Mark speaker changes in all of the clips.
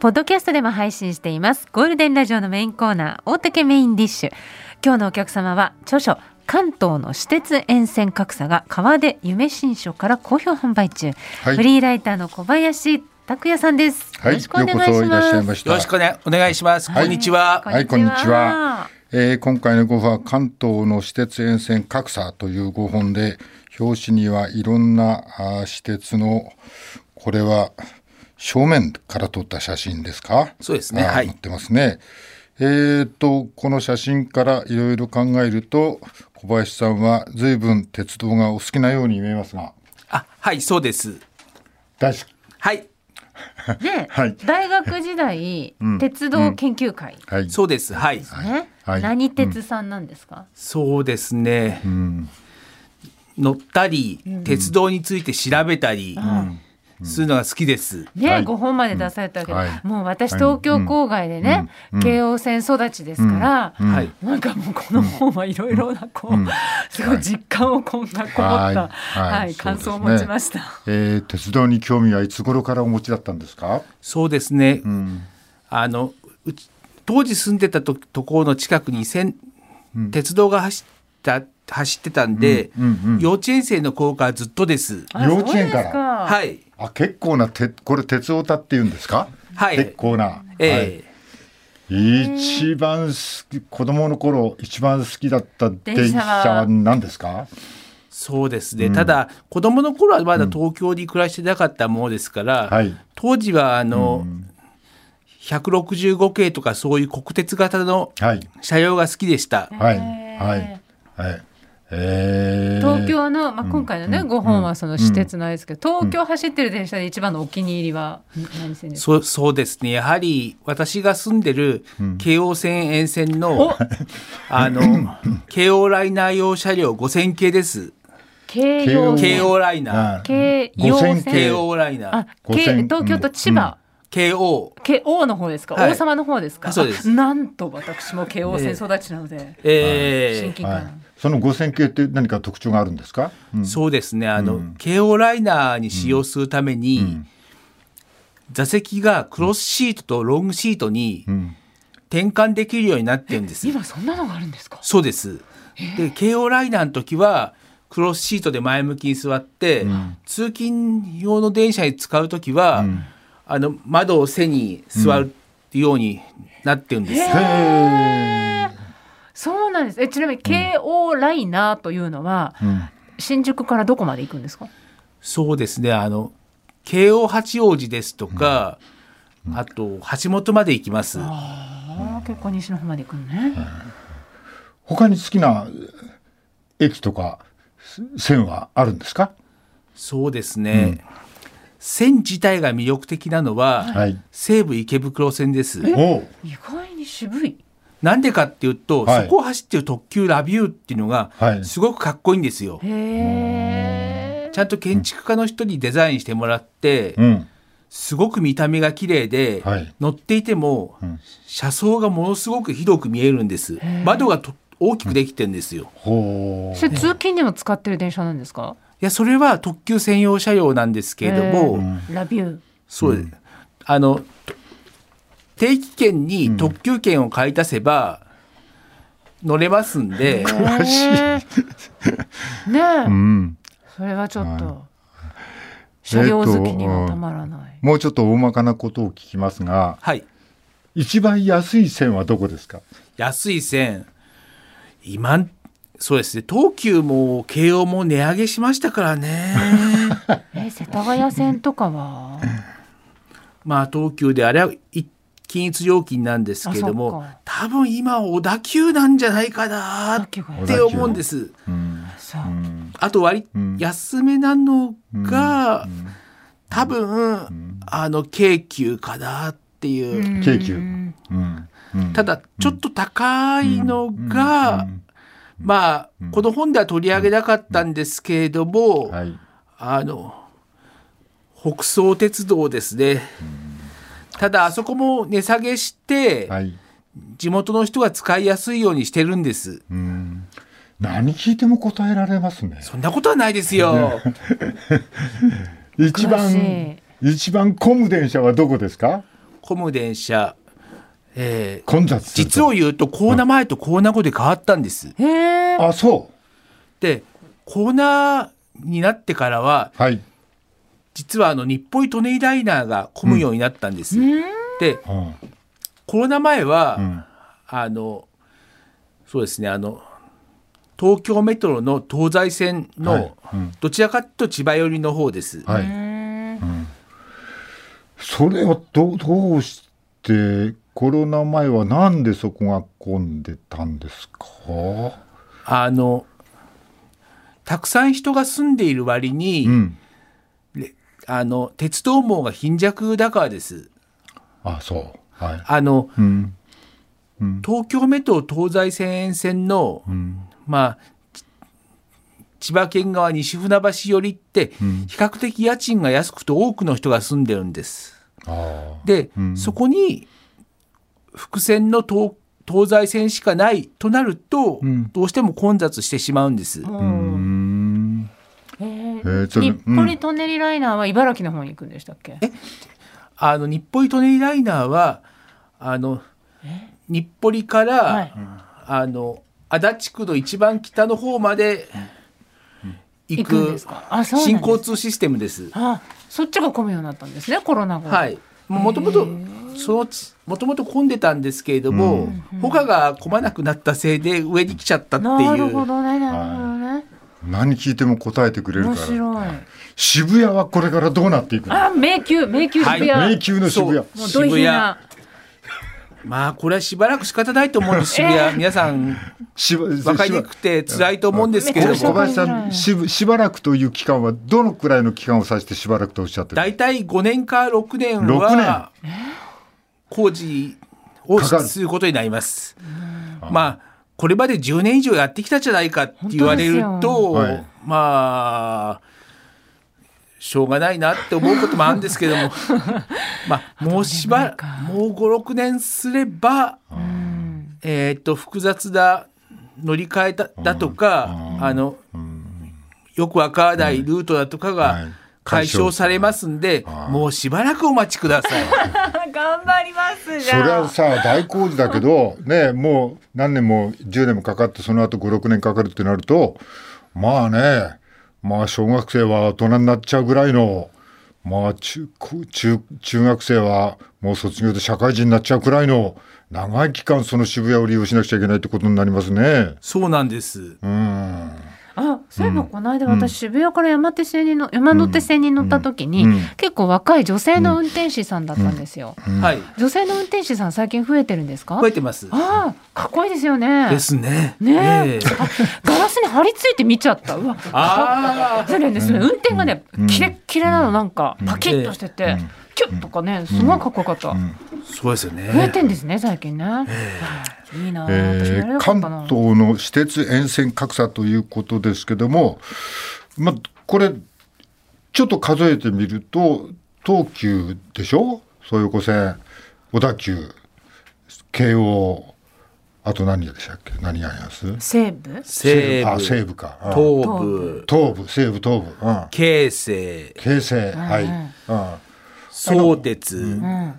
Speaker 1: ポッドキャストでも配信していますゴールデンラジオのメインコーナー大竹メインディッシュ今日のお客様は著書関東の私鉄沿線格差が川出夢新書から好評販売中、
Speaker 2: はい
Speaker 1: フリーライターの小林拓也さんです、
Speaker 2: はい、
Speaker 1: よろしくお願い
Speaker 2: ようこそ
Speaker 1: し
Speaker 2: いらっしゃ
Speaker 1: ま
Speaker 2: い
Speaker 1: す
Speaker 2: まし。
Speaker 3: よろしたくねお願いします。こんにちは。
Speaker 2: はい、こんにちは。えー今回のご本は関東の私鉄沿線格差というご本で、表紙にはいろんなあー私鉄の、これは正面から撮った写真ですか
Speaker 3: そうですね
Speaker 2: あー
Speaker 3: はい
Speaker 2: 載ってますね。えー、と、この写真からいろいろ考えると、小林さんは随分鉄道がお好きなように見えますが、
Speaker 3: あ、はい、そうです。
Speaker 2: 大好き。
Speaker 3: はい、
Speaker 1: ね、
Speaker 2: はい
Speaker 1: 大学時代、鉄道研究会、
Speaker 2: はい。
Speaker 3: そうです。はい、
Speaker 1: ね、
Speaker 2: はい
Speaker 1: 何鉄さんなんですか、
Speaker 3: そうですね。乗ったり、鉄道について調べたり、するのが好きです。
Speaker 1: ね、
Speaker 2: はい
Speaker 1: 5本まで出されたわけで、
Speaker 2: はい
Speaker 1: もう私東京郊外でね、京王線育ちですから、
Speaker 3: はい、
Speaker 1: なんかもうこの本はいろいろなこう、すごい実感をこんなこもった、
Speaker 2: は
Speaker 1: はいい
Speaker 2: はいそう
Speaker 1: 感
Speaker 2: ですね
Speaker 1: 想を持ちました。
Speaker 2: えー鉄道に興味はいつ頃からお持ちだったんですか
Speaker 3: そうですね。あのうち当時住んでたとところの近くに線、鉄道が走った走ってたんで、幼稚園生の頃からずっとです。
Speaker 1: あ
Speaker 2: 幼稚園か
Speaker 1: そうで
Speaker 2: ら
Speaker 1: すは、
Speaker 3: はいい、
Speaker 2: あ結構なてこれ鉄オタって言うんですか？
Speaker 3: はい
Speaker 2: 結構な。
Speaker 3: え
Speaker 2: はい
Speaker 3: え
Speaker 2: 一番好き子供の頃一番好きだった電
Speaker 1: 電車
Speaker 2: 車
Speaker 1: は
Speaker 2: は何ですか？
Speaker 3: そうですね、ただ子供の頃はまだ東京に暮らしてなかったものですから、
Speaker 2: はい
Speaker 3: 当時はあの、165系とかそういう国鉄型の
Speaker 2: はい
Speaker 3: 車両が好きでした、
Speaker 2: はい
Speaker 1: へー
Speaker 2: はいはい。えー
Speaker 1: 東京の、まあ、今回のね、5本はその私鉄のあれですけど、東京走ってる電車で一番のお気に入りは何線ですか
Speaker 3: そそうですねやはり私が住んでる京王線沿線の,、 あの京王ライナー用車両5000系です
Speaker 1: 京
Speaker 2: 京
Speaker 1: 葉
Speaker 2: 王
Speaker 3: 京王ライナー
Speaker 2: は
Speaker 1: 京葉
Speaker 2: 5000系
Speaker 3: 京
Speaker 1: 線
Speaker 3: 王ライナー
Speaker 1: あ京
Speaker 2: 5000
Speaker 1: 東京と千葉、
Speaker 3: 京王
Speaker 1: 慶王の方ですか、
Speaker 3: はい
Speaker 1: 王様の方ですか
Speaker 3: そうです
Speaker 1: なんと私も慶応戦育ちなので、
Speaker 3: えー
Speaker 1: 親近
Speaker 2: い
Speaker 1: 感、
Speaker 2: はい。その5000系って何か特徴があるんですか？うん
Speaker 3: そうですねあの、京王ライナーに使用するために、座席がクロスシートとロングシートに転換できるようになってるんです、
Speaker 1: 今そんなのがあるんですか
Speaker 3: そうですで京王ライナーの時はクロスシートで前向きに座って、通勤用の電車に使う時は、あの窓を背に座るようになってるんです、
Speaker 1: へ
Speaker 2: へ
Speaker 1: ー
Speaker 2: え
Speaker 1: そうなんですえちなみに慶応ライナーというのは、新宿からどこまで行くんですか
Speaker 3: そうですねあの京王八王子ですとか、あと橋本まで行きます、
Speaker 1: ああ結構西の方まで行くのね、
Speaker 2: 他に好きな駅とか線はあるんですか？
Speaker 3: そうですね、線自体が魅力的なのは、
Speaker 2: はい。
Speaker 3: 西武池袋線です
Speaker 2: おう
Speaker 1: 意外に渋い
Speaker 3: なんでかっていうと、
Speaker 2: はい
Speaker 3: そこを走ってる特急ラビューっていうのが
Speaker 2: はい
Speaker 3: すごくかっこいいんですよ、
Speaker 1: へえ
Speaker 3: ちゃんと建築家の人にデザインしてもらって、
Speaker 2: うん
Speaker 3: すごく見た目が綺麗で、
Speaker 2: はい
Speaker 3: 乗っていても、
Speaker 2: ん
Speaker 3: 車窓がものすごく広く見えるんです窓がと大きくできてるんですよ、い
Speaker 2: ほ
Speaker 1: そうれ通勤でも使ってる電車なんですか
Speaker 3: やそれは特急専用車両なんですけれども、
Speaker 1: ラビュー
Speaker 3: そうです、あのと定期券に特急券を買い足せば乗れますん で、
Speaker 1: 詳しいねえ、
Speaker 2: うん。
Speaker 1: それはちょっと車両好きにはたまらない、
Speaker 2: もうちょっと大まかなことを聞きますが、
Speaker 3: はい
Speaker 2: 一番安い線はどこですか。
Speaker 3: 安い線今んそうですね東急も京王も値上げしましたから ね
Speaker 1: え世田谷線とかは
Speaker 3: まあ東急であれは一均一料金なんですけれど
Speaker 1: あ
Speaker 3: も
Speaker 1: そっか
Speaker 3: 多分今小田急なんじゃないか
Speaker 1: 小
Speaker 3: なっ
Speaker 1: 田急
Speaker 3: て思うんです。
Speaker 1: そう、
Speaker 3: あと割、安めなのが、多分、あの京急かなっていう、
Speaker 2: 京急。うん
Speaker 3: ただちょっと高いのが、まあ、この本では取り上げなかったんですけれども、
Speaker 2: はい。
Speaker 3: あの北総鉄道ですね、ただあそこも値下げして、
Speaker 2: はい。
Speaker 3: 地元の人が使いやすいようにしてるんです、
Speaker 2: 何聞いても答えられますね。
Speaker 3: そんなことはないですよ
Speaker 2: 一
Speaker 1: 詳し
Speaker 2: 番一番混む電車はどこですか。
Speaker 3: 混む電車、えー
Speaker 2: 混雑すると
Speaker 3: 実を言うとコーナー前とコーナー後で変わったんです。
Speaker 1: へえ。
Speaker 2: あそう
Speaker 3: でコーナーになってからは
Speaker 2: はい。
Speaker 3: 実はあの日暮里・舎人ライナーが混むようになったんです。で
Speaker 2: うん。
Speaker 3: コロナ前は、
Speaker 2: ん
Speaker 3: あのそうですねあの東京メトロの東西線
Speaker 2: はい
Speaker 3: の
Speaker 2: うん
Speaker 3: どちらかというと千葉寄りの方です。
Speaker 2: は
Speaker 1: う
Speaker 2: い。
Speaker 1: ん
Speaker 2: それはどうどうしてコロナ前はなんでそこが混んでたんですか。
Speaker 3: あのたくさん人が住んでいる割に、
Speaker 2: うん。
Speaker 3: あの鉄道網が貧弱だからです。
Speaker 2: あそう。はい。
Speaker 3: あの
Speaker 2: うん。
Speaker 3: 東京メトロ東西線沿線の、
Speaker 2: うん。
Speaker 3: まあち千葉県側西船橋寄りって、
Speaker 2: ん
Speaker 3: 比較的家賃が安くて多くの人が住んでるんです。
Speaker 2: ああ。
Speaker 3: で、
Speaker 2: うん
Speaker 3: そこに伏線の東東西線しかないとなると、
Speaker 2: うん
Speaker 3: どうしても混雑してしまうんです。
Speaker 1: う
Speaker 2: うー
Speaker 1: ん
Speaker 2: ん。
Speaker 1: へえ
Speaker 2: えーちょっと
Speaker 1: 日暮里・舎人ライナーは茨城の方に行くんでしたっけ？
Speaker 3: あの日暮里・舎人ライナーはあの日暮里から、
Speaker 1: はい
Speaker 3: あの足立区の一番北の方まで行
Speaker 1: 行
Speaker 3: く,、
Speaker 1: くんですか？あ、そうなん
Speaker 3: 新
Speaker 1: です
Speaker 3: 交通システムです。
Speaker 1: あ、そっちが混むようになったんですね、コロナ後。
Speaker 3: はい。もともとそのちもともと混んでたんですけれども、他が混まなくなったせいで上に来ちゃったっていう。
Speaker 1: なるほどね、なるほどね。
Speaker 2: 何聞いても答えてくれるか
Speaker 1: 面
Speaker 2: ら。
Speaker 1: 白い。
Speaker 2: 渋谷はこれからどうなっていくの。
Speaker 1: あ、迷宮、迷宮渋谷。
Speaker 3: は
Speaker 2: 迷宮の渋谷。
Speaker 1: もうド
Speaker 3: 渋
Speaker 1: イ
Speaker 3: 谷
Speaker 1: ヒな。
Speaker 3: まあこれはしばらく仕方ないと思うんです渋谷、皆さん
Speaker 2: 渋谷
Speaker 3: 分かりにくくて辛いと思うんですけれ
Speaker 1: めっち
Speaker 3: ど
Speaker 1: ゃ
Speaker 2: 小
Speaker 3: も
Speaker 1: 怖い
Speaker 2: 林さんしぶしばらくという期間はどのくらいの期間を指してしばらくとおっしゃってる
Speaker 3: 大体5年か6年
Speaker 2: 六
Speaker 3: は工事を
Speaker 2: かかる
Speaker 3: することになります。まあこれまで10年以上やってきたじゃないかって言われる
Speaker 1: 本
Speaker 3: と、
Speaker 2: 当ですよはい
Speaker 3: まあしょうがないなって思うこともあるんですけ どもまあもうしばらくもう56年すれば
Speaker 1: うん
Speaker 3: えー、と複雑な乗り換えだだとか、あのよくわからないルートだとか
Speaker 2: は
Speaker 3: が
Speaker 2: い
Speaker 3: 解消されますんで、もうしばらくお待ちください。
Speaker 1: 頑張りますじ
Speaker 2: それ
Speaker 1: ゃ
Speaker 2: は
Speaker 1: あ。
Speaker 2: さ大工事だけどねもう何年も10年もかかってその後56年かかるってなるとまあねまあ小学生は大人になっちゃうぐらいのまあ中高中中学生はもう卒業で社会人になっちゃうくらいの長い期間その渋谷を利用しなくちゃいけないってことになりますね。
Speaker 3: そうなんです。
Speaker 2: うん
Speaker 1: あ、そういえばこの間私渋谷から山手線にの山手線に乗った時に
Speaker 2: うん
Speaker 1: 結構若い女性の運転手さんだったんですよ。
Speaker 3: はい、
Speaker 1: 女性の運転手さん最近増えてるんですか
Speaker 3: 覚？えてます。
Speaker 1: あー、かっこいいですよね。
Speaker 3: ですね。
Speaker 1: ねえ
Speaker 3: え、
Speaker 1: あガラスに張り付いて見ちゃった。うわ、
Speaker 3: あ
Speaker 1: そうなんですね。運転がね、キレッキレなのなんかパキッとしてて、キュッとかね、すごいかっこよかった。
Speaker 3: あ、そうですよ
Speaker 1: 増え
Speaker 3: ね。
Speaker 1: てんですね最近ね。はいいいなあ、私もや
Speaker 2: え
Speaker 1: れ
Speaker 2: ー
Speaker 1: なかった
Speaker 2: 関
Speaker 1: な。
Speaker 2: 東の私鉄沿線格差ということですけども、ま、これちょっと数えてみると東急でしょそういう線小田急慶応あと何でしたっけ何があります
Speaker 1: 西部？
Speaker 3: 西
Speaker 2: あ
Speaker 3: 部、
Speaker 2: 西部か、うん
Speaker 3: 東部、
Speaker 2: 東部西部東部、うん、
Speaker 3: 京成、
Speaker 2: 京成、はい、
Speaker 1: うん
Speaker 2: うん
Speaker 3: 相鉄、
Speaker 1: うん。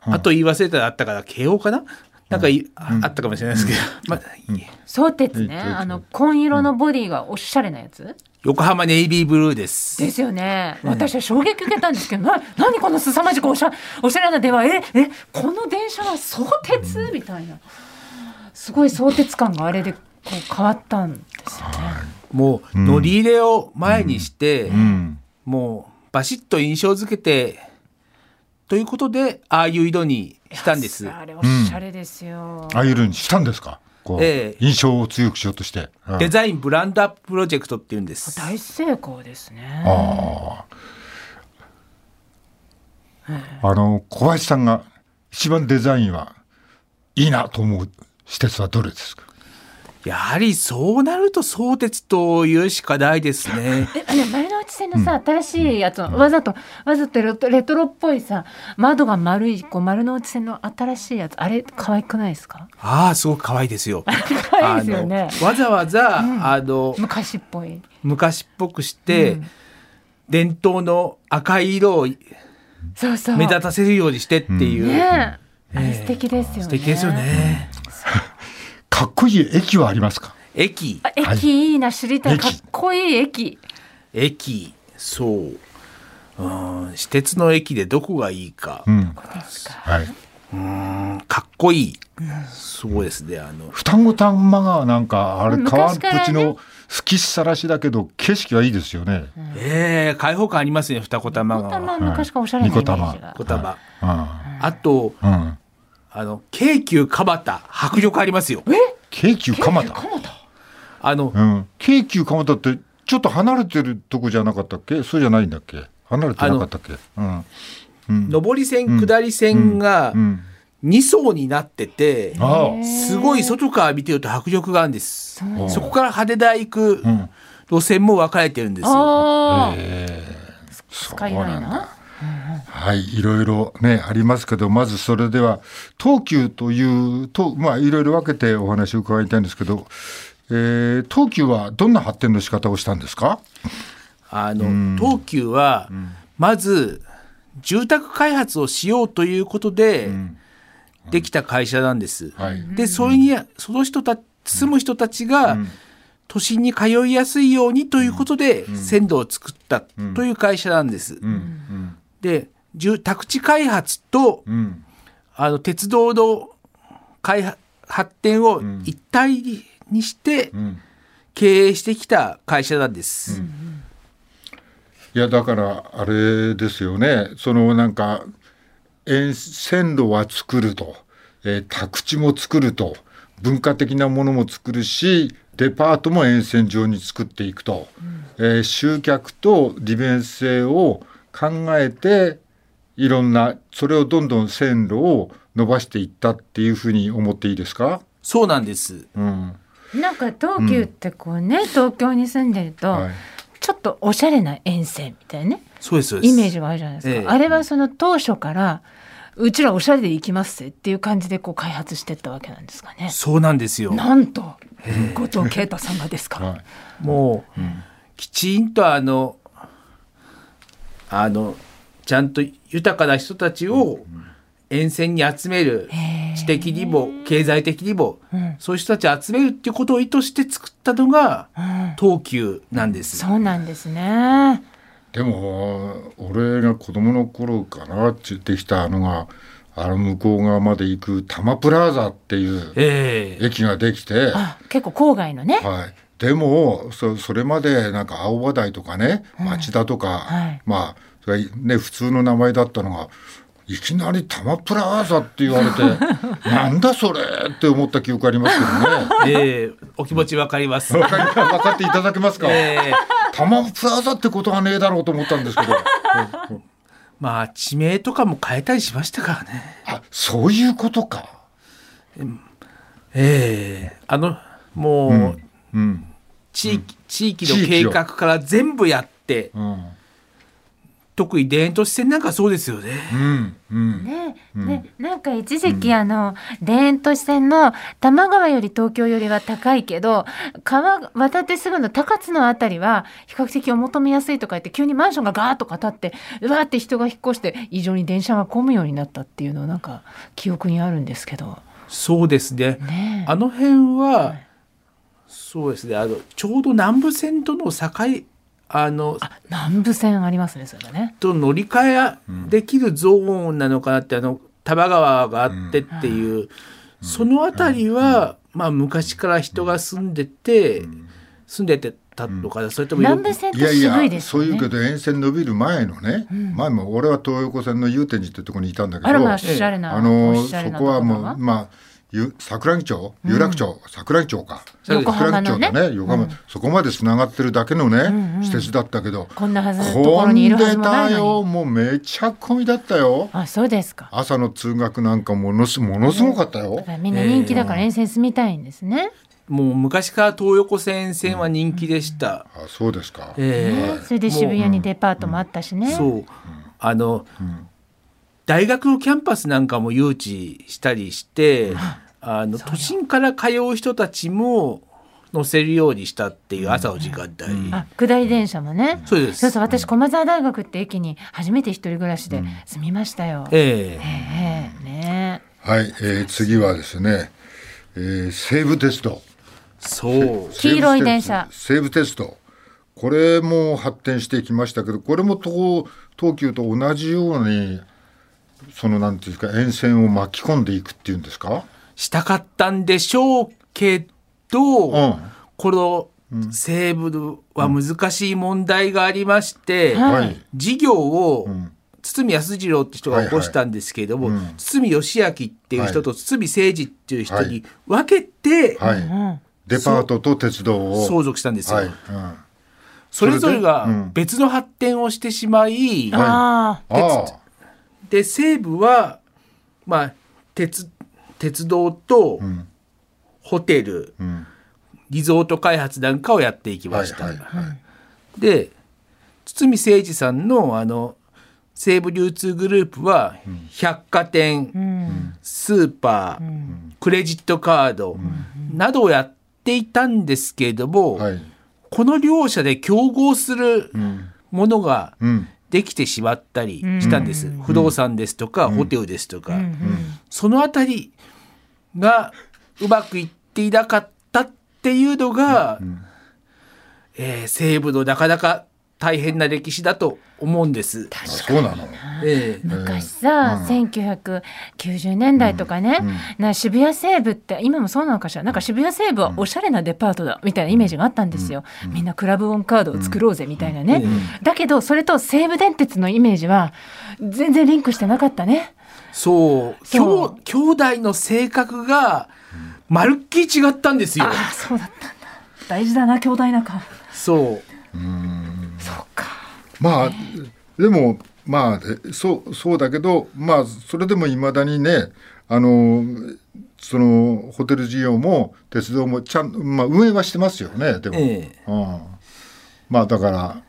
Speaker 3: あと言い忘れたらあったから慶応かな。なんかい、ああったかもしれないですけど、まあ、
Speaker 1: 相鉄
Speaker 2: え
Speaker 1: ね、
Speaker 2: っとえっと
Speaker 1: あの紺色のボディがおしゃれなやつ、
Speaker 3: 横浜ネイビーブルーです。
Speaker 1: ですよね。私は衝撃受けたんですけど、な、何この凄まじくおしゃ、おしゃれな電話、え、え、この電車は相鉄みたいな。すごい相鉄感があれで、こう変わったんですよね。
Speaker 3: もう乗り入れを前にして、
Speaker 2: うん
Speaker 3: もうバシッと印象づけてということでああいう色にしたんです。
Speaker 1: あれおしゃれですよ。
Speaker 2: ああいうふうにしたんですかこう、
Speaker 3: ええ
Speaker 2: 印象を強くしようとして、うん
Speaker 3: デザインブランドアッププロジェクトっていうんです。
Speaker 1: 大成功ですね。
Speaker 2: あの小林さんが一番デザインはいいなと思う施設はどれですか。
Speaker 3: やはりそうなると相鉄というしかないですね。
Speaker 1: えあの前の内線のさ、新しいやつ、わざと、わざとレトレトロっぽいさ、窓が丸い、こう丸の内線の新しいやつ、あれ、可愛くないですか
Speaker 3: ああすごく可愛いですよ。
Speaker 1: 可愛いですよね
Speaker 3: あ。のわざわざ、あの
Speaker 1: 昔っぽい。
Speaker 3: 昔っぽくして、伝統の赤い色を
Speaker 1: そうそう
Speaker 3: 目立たせるようにしてっていう、
Speaker 1: ねえ、あ
Speaker 3: え
Speaker 1: れ
Speaker 3: え
Speaker 1: 素敵ですよね
Speaker 3: 素敵ですよね
Speaker 2: かっこいい駅はありますか
Speaker 3: 駅
Speaker 1: あ駅いいな知りたいかっこいい駅
Speaker 3: 駅そううん私鉄の駅でどこがいいか、
Speaker 2: うん。
Speaker 1: ここですか
Speaker 2: はい。
Speaker 3: うんかっこいい、そうですねあの
Speaker 2: 双子玉川なんか、あれ、
Speaker 1: うん
Speaker 2: 川っ
Speaker 1: 昔からね
Speaker 2: ぷちの吹きさらしだけど、景色はいいですよね。
Speaker 3: ええ開放感ありますね二子玉
Speaker 1: ボタン
Speaker 3: 川
Speaker 1: は昔からおしゃれなイメージが
Speaker 3: 二子玉
Speaker 2: うん。
Speaker 3: あと
Speaker 2: うん。
Speaker 3: あの京急蒲田迫力ありますよ
Speaker 2: 京急蒲田。
Speaker 3: あの、
Speaker 2: うん。京急蒲田って、ちょっと離れてるとこじゃなかったっけそうじゃないんだっけ離れてなかったっけうん。うん。
Speaker 3: 上り線下り線が
Speaker 2: うん。
Speaker 3: 2層になってて、
Speaker 2: あ
Speaker 1: へえ
Speaker 3: すごい外から見てると迫力があるんです
Speaker 1: そう
Speaker 2: なんだ
Speaker 3: そこから羽田行く
Speaker 2: あ。うん。
Speaker 3: 路線も分かれてるんですよ、
Speaker 1: あー
Speaker 2: えー
Speaker 1: スカイライ
Speaker 2: そうなんだ
Speaker 1: ナ
Speaker 2: はい、いろいろね、ありますけど、まずそれでは、東急という、とまあ、いろいろ分けてお話を伺いたいんですけど、えー東急はどんな発展の仕方をしたんですか
Speaker 3: あの東急はまず住宅開発をしようということでできた会社なんです、
Speaker 2: はい。
Speaker 3: でそれにその人た住む人たちが都心に通いやすいようにということで線路を作ったという会社なんです。
Speaker 2: うん。
Speaker 3: で住宅地開発と
Speaker 2: うん。
Speaker 3: あの鉄道の開発発展を一体にして
Speaker 2: うん。
Speaker 3: 経営してきた会社なんです。
Speaker 2: いや、だから、あれですよね、そのなんか、沿線路は作ると、えー宅地も作ると、文化的なものも作るし、デパートも沿線上に作っていくと、えー集客と利便性を考えて、いろんな、それをどんどん線路を伸ばしていったっていうふうに思っていいですか、
Speaker 3: そうなんです。
Speaker 2: うん
Speaker 1: なんか東急ってこうね、東京に住んでると、
Speaker 2: はい
Speaker 1: ちょっとおしゃれな沿線みたいなね
Speaker 3: そうですそうです。
Speaker 1: イメージがあるじゃないですか、
Speaker 3: ええ
Speaker 1: あれはその当初からうちらおしゃれで行きますぜっていう感じでこう開発してったわけなんですかね
Speaker 3: そうなんですよ。
Speaker 1: なんと後藤啓太さんがですか、
Speaker 2: はい
Speaker 3: もう、きちんとあのあのちゃんと豊かな人たちを沿線に集める
Speaker 1: へー
Speaker 3: 知的にも経済的にも
Speaker 1: うん
Speaker 3: そういう人たちを集めるっていうことを意図して作ったのが
Speaker 1: うん
Speaker 3: 東急なんです。
Speaker 1: そうなんですね
Speaker 2: でも俺が子供の頃かなってできたのがあの向こう側まで行く多摩プラザっていう
Speaker 3: ええ
Speaker 2: 駅ができて、は
Speaker 1: あ結構郊外のね、
Speaker 2: い、でもそそれまでなんか青葉台とかね町田とか、
Speaker 1: はい
Speaker 2: まあそれがね普通の名前だったのがいきなり多摩プラザって言われてなんだそれって思った記憶ありますけど ね。
Speaker 3: ええお気持ちわかります。
Speaker 2: わかり分かっていただけますか、
Speaker 3: ええ
Speaker 2: 多摩プラザってことはねえだろうと思ったんですけど。
Speaker 3: まあ地名とかも変えたりしましたからね。
Speaker 2: あそういうことか。
Speaker 3: ええあのもう、
Speaker 2: うん。
Speaker 3: 地域地域
Speaker 2: 地
Speaker 3: の計
Speaker 2: 域を
Speaker 3: 画から全部やって
Speaker 2: うん。
Speaker 3: 特に田園都市線なんかそうですよね。
Speaker 2: うん。うん。
Speaker 1: ねね、なんか一時期、あの田園都市線の多摩川より東京よりは高いけど川渡ってすぐの高津のあたりは比較的お求めやすいとか言って急にマンションがガーッとか建ってうわーって人が引っ越して異常に電車が混むようになったっていうのをなんか記憶にあるんですけど
Speaker 3: そうですね。
Speaker 1: ね
Speaker 3: あの辺は、そうですね。あのちょうど南武線との境あの
Speaker 1: 南部線ありますねそれがね。
Speaker 3: と乗り換えできるゾーンなのかなってあの多摩川があってっていう、その辺りは、まあ昔から人が住んでて、住んでてたのかな、それとも
Speaker 1: 南部線っ
Speaker 2: い
Speaker 1: て
Speaker 2: やい
Speaker 1: 渋い
Speaker 2: や、
Speaker 1: です
Speaker 2: そう
Speaker 1: よ
Speaker 2: いうけ
Speaker 1: ね。
Speaker 2: ど沿線伸びる前のね、前も俺は東横線の祐天寺ってとこにいたんだけど、
Speaker 1: あらまあおしゃれな、
Speaker 2: あの
Speaker 1: おしゃれ
Speaker 2: そ
Speaker 1: な
Speaker 2: こは
Speaker 1: とこ
Speaker 2: も
Speaker 1: だわ
Speaker 2: うまあゆ桜木町、有楽町、桜木町か、
Speaker 3: そうです
Speaker 1: 横浜のね
Speaker 2: 桜木町だね、横浜、そこまでつながってるだけのね、施設だったけど、
Speaker 1: こんなはずところ
Speaker 2: 混
Speaker 1: にいる
Speaker 2: ん
Speaker 1: はず
Speaker 2: で
Speaker 1: もな
Speaker 2: た
Speaker 1: いの
Speaker 2: よ、
Speaker 1: に。
Speaker 2: もうめちゃ混みだったよ。
Speaker 1: あそうですか。
Speaker 2: 朝の通学なんかものすものすごかったよ
Speaker 1: だ。からみんな人気だから
Speaker 3: ええ
Speaker 1: 沿線住みたいんですね。
Speaker 3: もう昔から東横線線は人気でした。
Speaker 2: あ、そうですか。
Speaker 3: え
Speaker 1: ねそれで渋谷にデパートもあったしね。
Speaker 3: そうあの、大学のキャンパスなんかも誘致したりして、あの都心から通う人たちも乗せるようにしたっていう朝の時間帯、
Speaker 1: あ下り電車もね、
Speaker 3: そうです
Speaker 1: そうそう私駒沢大学って駅に初めて一人暮らしで住みましたよ、え
Speaker 3: ええ
Speaker 1: えね
Speaker 2: はい、えー次はですね、えー西武鉄道
Speaker 3: そう
Speaker 1: 黄色い電車
Speaker 2: 西武鉄道これも発展してきましたけどこれも東東急と同じようにそのなんていうんですか沿線を巻き込んでいくっていうんですか
Speaker 3: したかったんでしょうけど、
Speaker 2: うん
Speaker 3: この西部は難しい問題がありまして、
Speaker 1: はい
Speaker 3: 事業を堤康次郎って人が起こしたんですけれども、
Speaker 2: はいはいうん
Speaker 3: 堤義明っていう人と堤誠二っていう人に分けて
Speaker 2: はい、
Speaker 1: うん
Speaker 2: デパートと鉄道を
Speaker 3: 相続したんですよ。
Speaker 2: はいうん
Speaker 3: それぞれ
Speaker 2: それでう
Speaker 3: が
Speaker 2: ん
Speaker 3: 別の発展をしてしまい、
Speaker 2: はい
Speaker 1: あ
Speaker 2: ああ
Speaker 3: で西部は、まあ、鉄鉄道と
Speaker 2: ん
Speaker 3: ホテル、
Speaker 2: うん
Speaker 3: リゾート開発なんかをやっていきま
Speaker 2: はい
Speaker 3: した。
Speaker 2: はいはい
Speaker 3: で堤誠二さんのあの西武流通グループは百貨店、
Speaker 1: あうん
Speaker 3: スーパー、クレジットカードなどをやっていたんですけれども、
Speaker 2: はい
Speaker 3: この両社で競合するものが
Speaker 2: うん
Speaker 3: できてしまったりしたんです、不動産ですとか、ホテルですとか、そのあたりがうまくいっていなかったっていうのが、えー西武のなかなか大変な歴史だと思うんです。
Speaker 2: あそうなの
Speaker 3: ええ
Speaker 1: 昔さ、1990年代とかね、な渋谷西部って今もそうなのかしらなんか渋谷西部はおしゃれなデパートだみたいなイメージがあったんですよ、みんなクラブオンカードを作ろうぜみたいなね、
Speaker 3: うん
Speaker 1: だけどそれと西武電鉄のイメージは全然リンクしてなかったね
Speaker 3: そうきょ
Speaker 1: そう
Speaker 3: 兄弟の性格がまるっきり違ったんですよ。
Speaker 1: ああそうだったんだ大事だな兄弟仲
Speaker 3: そう
Speaker 1: そうか
Speaker 2: まあでもまあえそうそうだけどまあそれでもいまだにねあのそのホテル事業も鉄道もちゃん、まあ、運営はしてますよねでも、
Speaker 3: ええ
Speaker 2: うん、まあだから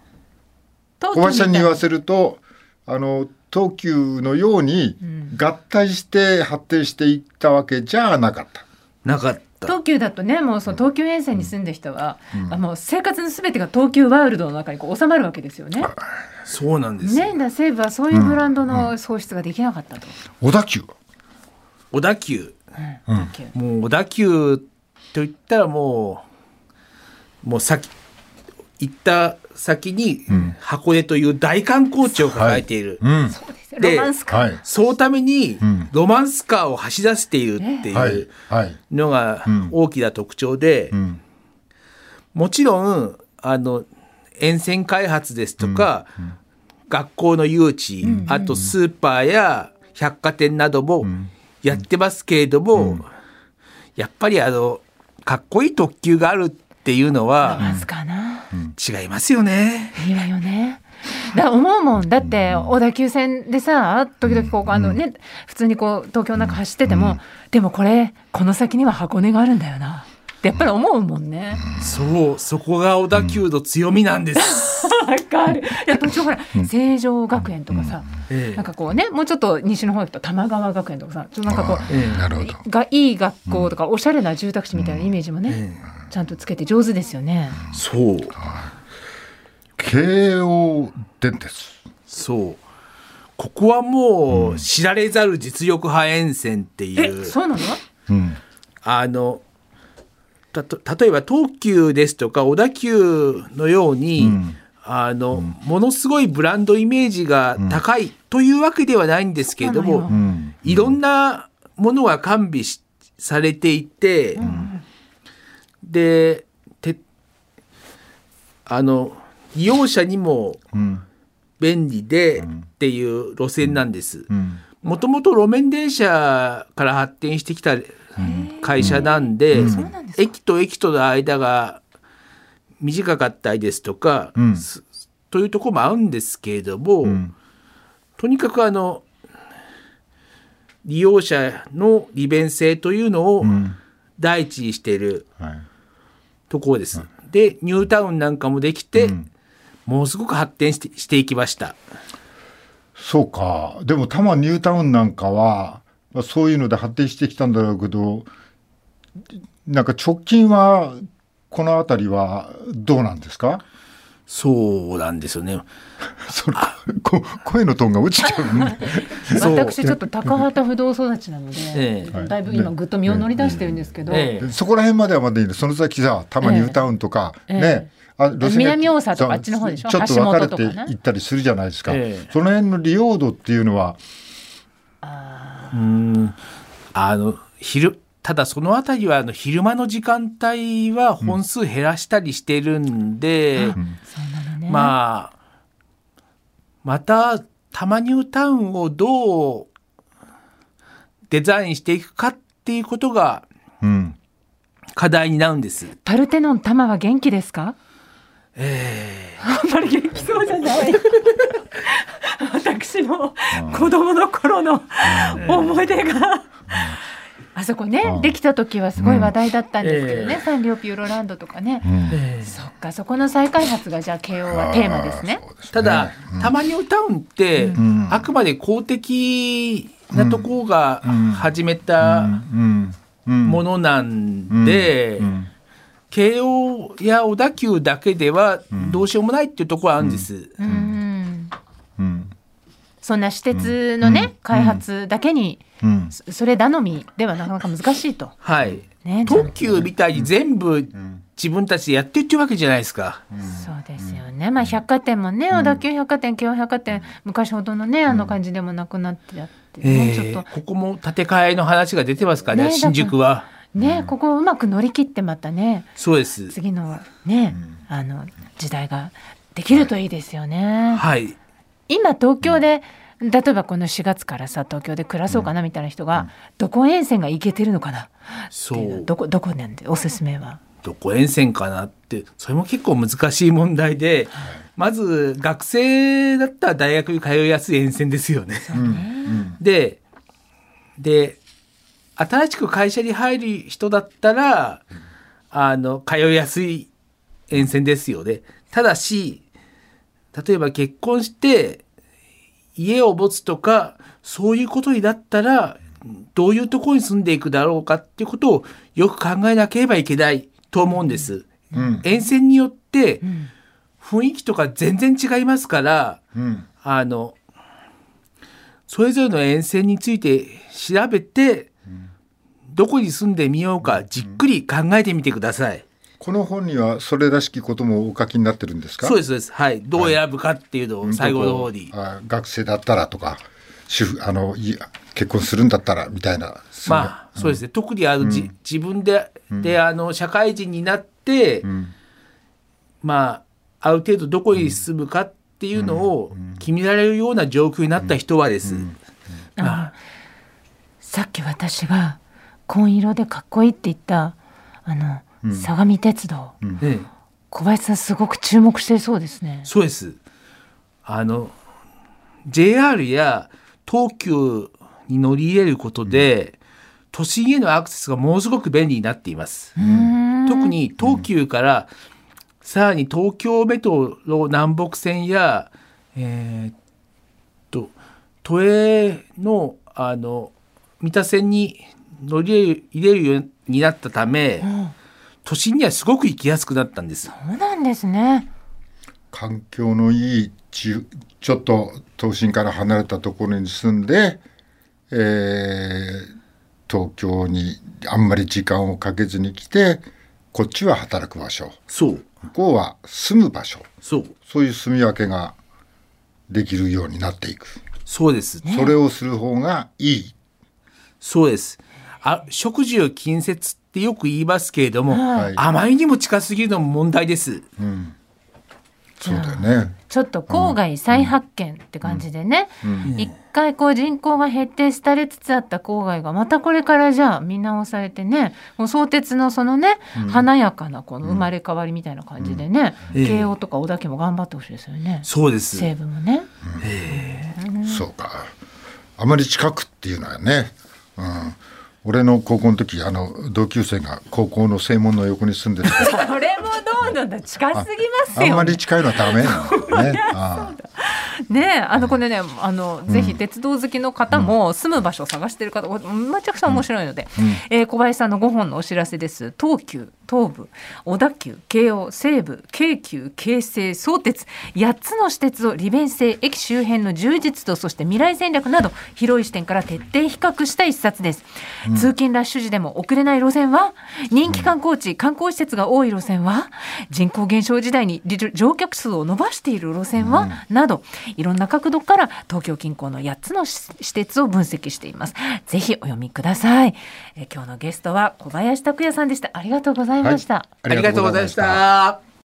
Speaker 1: 東
Speaker 2: 小林さんに言わせるとあの東急のように合体して発展していったわけじゃなかった。
Speaker 3: なかった。
Speaker 1: 東急だとねもうその東急沿線に住んだ人は、あもう生活のすべてが東急ワールドの中にこう収まるわけですよね。
Speaker 3: そうなんですよ。
Speaker 1: ね、だ西武はそういうブランドの創出ができなかったと。
Speaker 2: 小田急は
Speaker 3: 小田急
Speaker 1: 東急
Speaker 3: もう小田急といったらもうもう先行った先に箱根という大観光地を抱えている、
Speaker 2: うん
Speaker 1: そうですよ
Speaker 3: で
Speaker 1: ロマンスカー、
Speaker 2: はい
Speaker 3: そのために
Speaker 2: ん
Speaker 3: ロマンスカーを走らせているって
Speaker 2: はいいうはい
Speaker 3: のが
Speaker 2: ん
Speaker 3: 大きな特徴で、
Speaker 2: うん
Speaker 3: もちろんあの沿線開発ですとか、学校の誘致、あとスーパーや百貨店などもやってますけれども、やっぱりあのかっこいい特急があるっていうの
Speaker 1: ロマ
Speaker 3: は
Speaker 1: ンスカーな、
Speaker 3: 違いますよね。
Speaker 1: いいわよね。だ思うもんだって小田急線でさ時々こうあのね、普通にこう東京なんか走ってても、でもこれこの先には箱根があるんだよなってやっぱり思うもんね。
Speaker 3: そうそこが小田急の強みなんです。
Speaker 1: わかる。いや途中ほら成城学園とかさ、
Speaker 3: ええ
Speaker 1: なんかこうねもうちょっと西の方行くと玉川学園とかさちょっとなんかこう
Speaker 3: ええ
Speaker 2: なるほど。
Speaker 1: がいい学校とかおしゃれな住宅地みたいなイメージもね、ちゃんとつけて上手ですよね。
Speaker 3: そう
Speaker 2: 京王電鉄
Speaker 3: そうここはもう知られざる実力派沿線ってい
Speaker 1: え
Speaker 3: う。
Speaker 1: そうなの？
Speaker 2: うん
Speaker 3: あのたと例えば東急ですとか小田急のように、あのものすごいブランドイメージが高いというわけではないんですけれど
Speaker 1: そうなのよ
Speaker 3: も、
Speaker 2: うん
Speaker 3: いろんなものが完備しされていて、でてあの利用者にも
Speaker 2: うん
Speaker 3: 便利でっていう路線なんです。
Speaker 2: うん
Speaker 3: もともと路面電車から発展してきた会社なんで、
Speaker 1: そうなんですか
Speaker 3: 駅と駅との間が短かったりですとか、
Speaker 2: ん
Speaker 3: すというところもあるんですけれども、とにかくあの利用者の利便性というのを第一にしている
Speaker 2: はい
Speaker 3: ところです。でニュータウンなんかもできて、ものすごく発展してしていきました。
Speaker 2: そうか。でも多摩ニュータウンなんかは、まあ、そういうので発展してきたんだろうけど、なんか直近はこの辺りはどうなんですか
Speaker 3: そうなんですよね。
Speaker 2: それこ声のトーンが落ちちゃうね
Speaker 1: 私ちょっと高畑不動育ちなので、
Speaker 3: ええ
Speaker 1: だいぶ今ぐっと身を乗り出してるんですけど、
Speaker 3: ええ
Speaker 2: そこら辺まではまだいいのその先さたまに歌うんとか、
Speaker 1: ええ
Speaker 2: ねあ路線が
Speaker 1: 南大沢とか
Speaker 2: そう
Speaker 1: あっちの方でしょ
Speaker 2: ちょっと分かれて
Speaker 1: 橋本とかね
Speaker 2: いったりするじゃないですか、
Speaker 3: ええ
Speaker 2: その辺の利用度っていうのは
Speaker 3: うんあの昼ただそのあたりはあの昼間の時間帯は本数減らしたりしてるんで、
Speaker 1: そうなのね、
Speaker 3: まあまたたまニュータウンをどうデザインしていくかっていうことが
Speaker 2: うん
Speaker 3: 課題になるんです。
Speaker 1: パルテノン玉は元気ですか
Speaker 3: えー
Speaker 1: あんまり元気そうじゃない私の子供の頃の思い出があそこ
Speaker 2: う
Speaker 1: ね
Speaker 2: ん
Speaker 1: できた時はすごい話題だったんですけどね、
Speaker 3: ええ
Speaker 1: サンリオピューロランドとかね、
Speaker 2: うん
Speaker 3: えー
Speaker 1: そっかそこの再開発がじゃあ慶応はテーマですね
Speaker 2: あーそうです
Speaker 3: ただ、たまに歌うんって、
Speaker 2: ん
Speaker 3: あくまで公的なところが
Speaker 2: うん
Speaker 3: 始めた
Speaker 2: うんうん
Speaker 3: ものなんで、
Speaker 2: うん
Speaker 3: 慶応や小田急だけではどうしようもないっていうところはあるんです。
Speaker 1: うん
Speaker 2: うん
Speaker 1: そんな私鉄のね、開発だけに、
Speaker 2: うん
Speaker 1: そそれ頼みではなかなか難しいと。
Speaker 3: はい。
Speaker 1: ね、
Speaker 3: 特急みたいに全部自分たちでやってっていうわけじゃないですか。
Speaker 1: そうですよね、まあ、百貨店もね小田急百貨店京王百貨店昔ほどのねあの感じでもなくなってやって、ね
Speaker 3: えー
Speaker 1: ちょっと
Speaker 3: ここも建て替えの話が出てますから
Speaker 1: ね
Speaker 3: ね、新宿は。
Speaker 1: ね、ここをうまく乗り切ってまたね
Speaker 3: そうです。
Speaker 1: 次のね、あの時代ができるといいですよね。
Speaker 3: はい。
Speaker 1: 今東京で例えばこの4月からさ東京で暮らそうかなみたいな人が、どこ沿線が行けてるのかなって
Speaker 3: そ
Speaker 1: いうのは
Speaker 3: う。
Speaker 1: どこどこなんでおすすめは。
Speaker 3: どこ沿線かなって、それも結構難しい問題で、まず学生だったら大学に通いやすい沿線ですよね。で、で、新しく会社に入る人だったら、あの、通いやすい沿線ですよね。ただし、例えば結婚して家を持つとか、そういうことになったら、どういうところに住んでいくだろうかっていうことをよく考えなければいけないと思うんです。
Speaker 2: うん
Speaker 3: 沿線によって
Speaker 1: ん
Speaker 3: 雰囲気とか全然違いますから、
Speaker 2: うん
Speaker 3: あの、それぞれの沿線について調べて、どこに住んでみようかじっくり考えてみてください。
Speaker 2: この本にはそれらしきこともお書きになってるんですか
Speaker 3: そうです、そうです。はい。どう選ぶかっていうのを最後の方に。
Speaker 2: あ学生だったらとか主婦あのい結婚するんだったらみたいな
Speaker 3: まあ、そうですね。特にあの、じ自分で、で、あの、社会人になって、まあ、ある程度どこに住むかっていうのを決められるような状況になった人はです。まあ
Speaker 1: さっき私が紺色でかっこいいって言ったあの、相模鉄道
Speaker 3: ね
Speaker 1: 小林さんすごく注目してそうですね。
Speaker 3: そうです。あの JR や東急に乗り入れることで、都心へのアクセスがものすごく便利になっています。特に東急から、さらに東京メトロ南北線や、えーっと都営のあの三田線に乗り入れる入れるようになったため、都心にはすごく行きやすくなったんです。
Speaker 1: そうなんですね。
Speaker 2: 環境のいいちちょっと都心から離れたところに住んで、えー東京にあんまり時間をかけずに来てこっちは働く場所
Speaker 3: そう
Speaker 2: 向こうは住む場所
Speaker 3: そう
Speaker 2: そういう住み分けができるようになっていく、
Speaker 3: そうです。
Speaker 2: それをする方がいい、
Speaker 3: そうです。あ、食住近接ってよく言いますけれども、
Speaker 2: はい
Speaker 3: あまりにも近すぎるのも問題です。
Speaker 2: そうだよね
Speaker 1: ちょっと郊外再発見って感じでね、一回こう人口が減って廃れつつあった郊外がまたこれからじゃあ見直されてねもう相鉄のそのね、華やかなこの生まれ変わりみたいな感じでね、
Speaker 3: うん
Speaker 1: 慶応とか小田家も頑張ってほしいですよね、
Speaker 3: そうです。
Speaker 1: 西部もね。
Speaker 2: そうか。あまり近くっていうのはね、うん、俺の高校の時、あの同級生が高校の正門の横に住んでた。
Speaker 1: それもどうなんだ近すぎます
Speaker 2: あ
Speaker 1: よ
Speaker 2: んまり近いのはダメな のね。ああ
Speaker 1: ねえあのこれねあの、ぜひ鉄道好きの方も住む場所を探している方おめちゃくちゃ面白いので、えー小林さんの5本のお知らせです東急東武小田急京王西武京急京成相鉄8つの私鉄を利便性駅周辺の充実とそして未来戦略など広い視点から徹底比較した一冊です、通勤ラッシュ時でも遅れない路線は人気観光地観光施設が多い路線は人口減少時代に利乗客数を伸ばしている路線は、などいろんな角度から東京近郊の8つのし私鉄を分析していますぜひお読みくださいえー今日のゲストは小林拓也さんでしたありがとうございました、
Speaker 2: はい
Speaker 3: ありがとうございました。